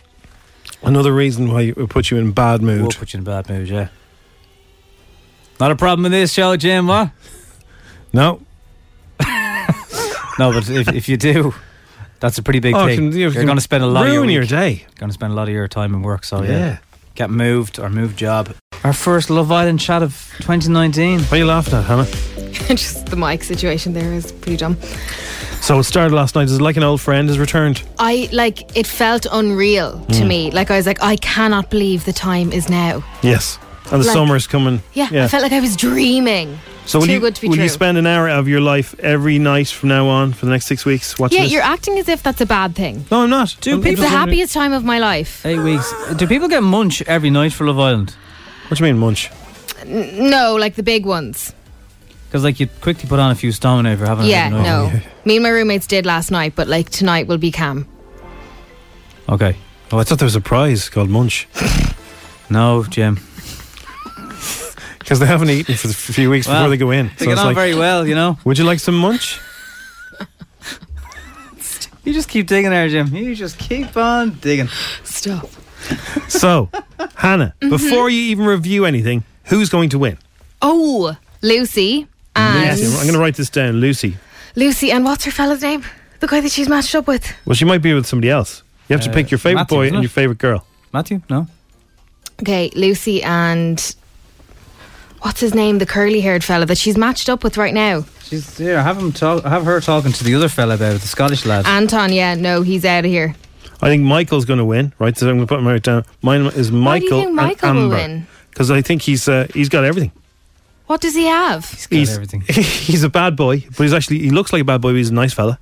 S1: Another reason why it put you in bad mood.
S2: We'll put you in a bad mood, yeah. Not a problem in this show, Jim, what?
S1: No.
S2: no, but if, if you do, that's a pretty big
S1: Oh, it
S2: thing.
S1: can-
S2: you're
S1: it can
S2: going to spend a lot of your,
S1: ruin your
S2: week-
S1: day.
S2: Going to spend a lot of your time in work, so yeah.
S1: Yeah.
S2: Get moved or move job. Our first Love Island chat of 2019.
S1: What are you laughing at, Hannah?
S16: Just the mic situation there is pretty dumb.
S1: So it started last night. Is it like an old friend has returned?
S16: I like it felt unreal to
S1: Mm.
S16: me. Like I was like, I cannot believe the time is now.
S1: Yes. And the
S16: Like-
S1: summer is coming.
S16: Yeah, I felt like I was dreaming.
S1: so
S16: It's
S1: will
S16: too
S1: you,
S16: good to be
S1: will
S16: true.
S1: you spend an hour of your life every night from now on for the next six weeks watching
S16: yeah,
S1: this?
S16: you're acting as if that's a bad thing.
S1: no, I'm not.
S2: Do
S1: I'm- I'm
S16: It's the
S1: just-
S16: happiest time of my life.
S2: Eight weeks. Do people get munch every night for Love Island?
S1: What do you mean munch?
S16: N- no, like the big ones.
S2: Because like you quickly put on a few stone now for having it
S16: yeah,
S2: every night.
S16: no. Me and my roommates did last night, but like tonight will be cam.
S2: Okay.
S1: Oh, I thought there was a prize called munch.
S2: no, Jim.
S1: Because they haven't eaten for a few weeks
S2: Well,
S1: before they go in.
S2: They get
S1: it's
S2: on
S1: like,
S2: very well, you know.
S1: Would you like some munch?
S2: You just keep digging there, Jim. You just keep on digging.
S16: Stop.
S1: *laughs* So, Hannah,
S16: Mhm.
S1: before you even review anything, who's going to win?
S16: Oh, Lucy and
S1: Lucy. I'm going to write this down. Lucy.
S16: Lucy and what's her fella's name? The guy that she's matched up with.
S1: Well, she might be with somebody else. You have to
S2: Uh,
S1: pick your favourite
S2: Matthew,
S1: boy
S2: isn't
S1: and
S2: it?
S1: your favourite girl.
S2: Matthew? No.
S16: Okay, Lucy and what's his name? The curly-haired fella that she's matched up with right now.
S2: She's here. Have him talk. Have her talking to the other fella about it, the Scottish lad.
S16: Anton, yeah, no, he's out of here.
S1: I think Michael's going to win, right? So I'm going to put him right down. Mine is Michael
S16: Why do you think Michael
S1: and
S16: will
S1: Amber.
S16: win?
S1: Because I think he's uh, he's got everything.
S16: What does he have?
S1: He's everything. *laughs* He's a bad boy, but he's actually he looks like a bad boy. But he's a nice fella.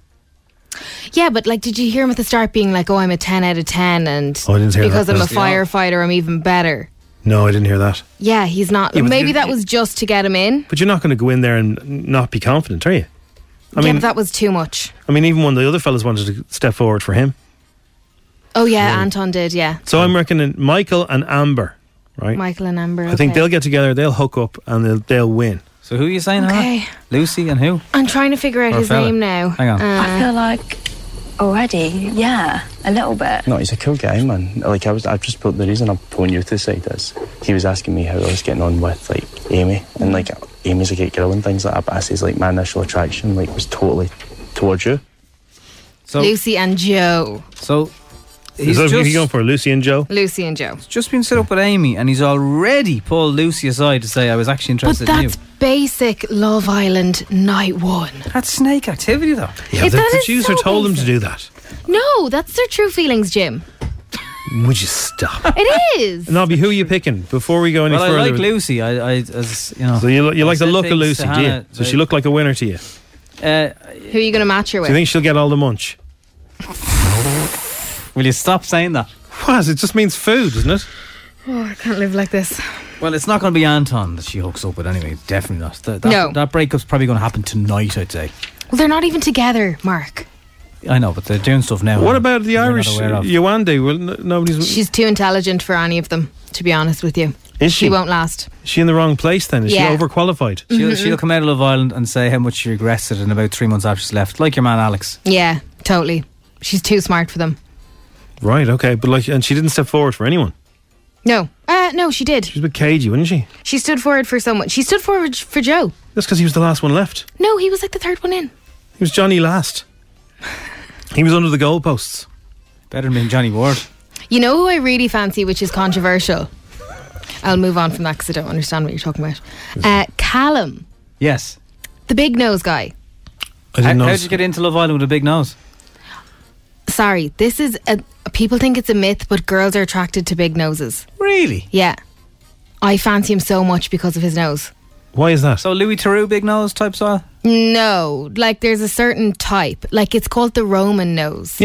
S16: Yeah, but like, did you hear him at the start being like, "Oh, I'm a ten out of 10 and
S1: Oh, I didn't hear that.
S16: because I'm a
S1: That's-
S16: firefighter, I'm even better."
S1: No, I didn't hear that.
S16: Yeah, he's not.
S1: Yeah, but
S16: Maybe
S1: you-
S16: that was just to get him in.
S1: But you're not going to go in there and not be confident, are you? I
S16: yeah,
S1: mean,
S16: but that was too much.
S1: I mean, even one of the other fellas wanted to step forward for him.
S16: Oh yeah, Anton did. Yeah,
S1: So I'm reckoning Michael and Amber, right?
S16: Michael and Amber.
S1: I think
S16: okay.
S1: they'll get together, they'll hook up, and they'll they'll win.
S2: So who are you saying?
S16: Okay.
S2: Lucy and who?
S16: I'm trying to figure out
S1: Or
S16: his
S1: fella.
S16: name now.
S1: Oh, Hang on.
S16: Uh,
S19: I feel like already, yeah, a little bit.
S20: No, he's a cool guy, man. Like I was, I just put the reason I'm pulling you to the side is he was asking me how I was getting on with like Amy, and like Amy's a great girl and things like that. But I says like my initial attraction like was totally towards you.
S2: So
S16: Lucy and Joe.
S2: So
S1: Is
S2: he's
S1: that what
S2: just
S1: you're going for, Lucy and Joe?
S16: Lucy and Joe.
S2: just been set up with Amy, and he's already pulled Lucy aside to say, "I was actually
S16: But
S2: interested in you."
S16: that's basic Love Island night one.
S2: That's snake activity, though.
S1: Yeah,
S16: It-
S1: the
S16: that is
S1: producer
S16: so
S1: told them to do that.
S16: No, that's their true feelings, Jim.
S1: Would you stop? *laughs*
S16: It is.
S1: Nobby, who are you picking before we go any
S2: Well, I
S1: further?
S2: like Lucy. I, I, as you know.
S1: So you, li- you
S2: I
S1: like the
S2: said
S1: look of
S2: things
S1: Lucy,
S2: to
S1: do you?
S2: Hannah,
S1: So she
S2: like-
S1: looked like a winner to you.
S2: Uh,
S16: Who are you going to match her
S1: Do
S16: with?
S1: you think she'll get all the munch?
S2: Will you stop saying that?
S1: What? It just means food, doesn't it?
S16: oh, I can't live like this.
S2: Well, it's not going to be Anton that she hooks up with anyway. Definitely not. That, that,
S16: No.
S2: That breakup's probably going to happen tonight, I'd say.
S16: Well, they're not even together, Mark.
S2: I know, but they're doing stuff now.
S1: What about the
S2: not
S1: Irish
S2: aware of.
S1: Yawande? Well, n- nobody's.
S16: She's too intelligent for any of them, to be honest with you.
S1: Is she?
S16: won't last.
S1: Is she in the wrong place then? Is
S16: Yeah.
S1: she overqualified?
S2: She'll, she'll come out of Love Island and say how much she regrets it in about three months after she's left, like your man Alex.
S16: Yeah, totally. She's too smart for them.
S1: Right, okay, but like, and she didn't step forward for anyone.
S16: No. Uh, no, she did.
S1: She was a bit cagey, wasn't she?
S16: She stood forward for someone. She stood forward for Joe.
S1: That's because he was the last one left.
S16: No, he was like the third one in.
S1: He was Johnny last. He was under the goalposts.
S2: Better than Johnny Ward.
S16: You know who I really fancy, which is controversial? I'll move on from that because I don't understand what you're talking about. Uh, Callum,
S2: Yes.
S16: the big nose
S1: I
S16: guy.
S2: how,
S16: didn't
S2: How
S16: notice.
S2: did you get into Love Island with a big nose?
S16: Sorry, this is a. People think it's a myth, but girls are attracted to big noses.
S2: Really?
S16: Yeah. I fancy him so much because of his nose.
S1: Why is that?
S2: So Louis Theroux, big nose type style?
S16: No, like there's a certain type. Like it's called the Roman nose.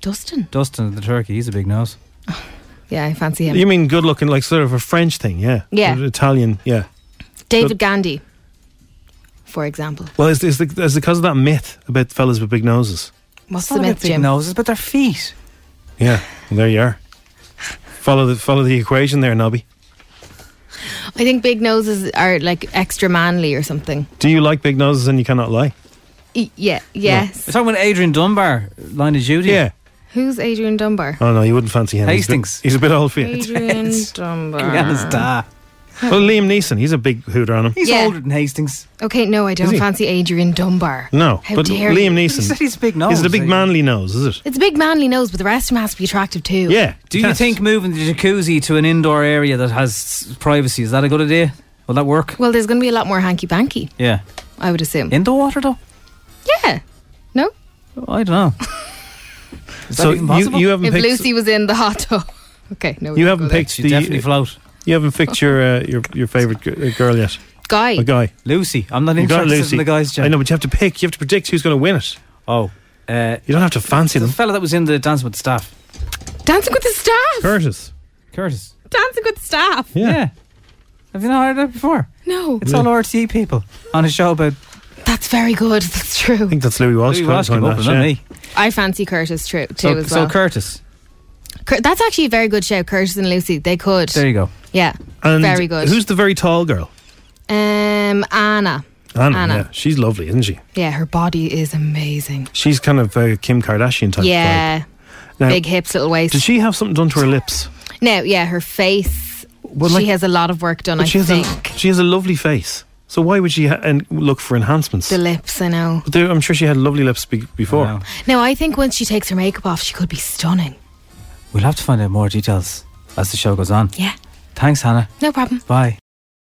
S16: Dustin.
S2: Dustin the turkey, he's a big nose.
S16: Yeah, I fancy him.
S1: You mean good looking, like sort of a French thing, yeah?
S16: Yeah.
S1: Or Italian, yeah.
S16: David Gandy, for example.
S1: Well, is, is, the, is it because of that myth about fellas with big noses?
S16: What's
S2: not
S16: the
S2: about
S16: myth,
S2: big
S16: Jim?
S2: noses, but their feet.
S1: Yeah, well, there you are. Follow the follow the equation there, Nobby.
S16: I think big noses are like extra manly or something.
S1: Do you like big noses and you cannot lie?
S16: E- yeah, yes.
S2: We're talking about Adrian Dunbar, Line of Duty.
S1: Yeah.
S16: Who's Adrian Dunbar?
S1: Oh no, you wouldn't fancy him. He's a bit-
S2: Hastings.
S1: He's a bit, old for you.
S16: Adrian
S1: *laughs*
S16: Dunbar.
S2: Well,
S1: Liam Neeson, he's a big hooter on him.
S16: He's Ah. Yeah. older
S2: than Hastings.
S16: Okay, no, I don't
S1: he?
S16: fancy Adrian Dunbar.
S1: No,
S16: How
S1: but
S16: dare
S1: Liam
S16: you.
S1: Neeson. Is it a big manly nose? Is it?
S16: It's a big manly nose, but the rest of him has to be attractive too.
S2: Do you think moving the jacuzzi to an indoor area that has s- privacy is that a good idea? Will that work?
S16: Well, there's going to be a lot more hanky panky,
S2: Yeah.
S16: I would assume.
S2: In the water, though?
S16: Yeah. No?
S2: I don't know. *laughs* Is that
S1: So
S2: even
S1: you-
S2: possible?
S1: you haven't
S16: If
S1: picked-
S16: Lucy was in the hot tub. *laughs* Okay, no. we
S1: You
S16: don't
S1: haven't
S16: go there.
S1: picked the You haven't picked your uh, your your favorite g- uh, girl yet.
S16: Guy.
S1: A guy.
S2: Lucy. I'm not
S1: You got
S2: interested
S1: Lucy.
S2: in the guys, Jim.
S1: I know, but you have to pick. You have to predict who's going to win it.
S2: Oh, uh,
S1: you don't have to fancy
S2: the
S1: them.
S2: fella that was in the Dancing with the Staff.
S16: Dancing with the staff.
S1: Curtis.
S2: Curtis.
S16: Dancing with the staff.
S1: Yeah.
S2: Have you not heard that before?
S16: No.
S2: It's all RT people on a show about.
S16: That's very good. That's true. I
S1: think that's Louis Walsh.
S2: Louis Walsh
S1: going
S2: came
S1: that,
S2: up with that,
S1: yeah.
S2: me.
S16: I fancy Curtis too, too
S2: So,
S16: as
S2: so
S16: well.
S2: Curtis.
S16: Cur- that's actually a very good show, Curtis and Lucy. They could.
S1: There you go.
S16: Yeah.
S1: And
S16: very good.
S1: Who's the very tall girl?
S16: um Anna.
S1: Anna.
S16: Anna.
S1: Yeah, she's lovely, isn't she?
S16: Yeah, her body is amazing.
S1: She's kind of uh, Kim Kardashian type.
S16: yeah.
S1: vibe. Now,
S16: Big hips, little waist.
S1: Did she have something done to her lips?
S16: no, yeah, her face.
S1: Well,
S16: she
S1: like-
S16: has a lot of work done,
S1: But
S16: I
S1: she has
S16: think.
S1: a she has a lovely face. So why would she ha- and look for enhancements?
S16: the lips, I know.
S1: But there- I'm sure she had lovely lips be- before.
S16: No, I think once she takes her makeup off, she could be stunning.
S2: We'll have to find out more details as the show goes on.
S16: Yeah.
S2: Thanks, Hannah.
S16: No problem.
S2: Bye.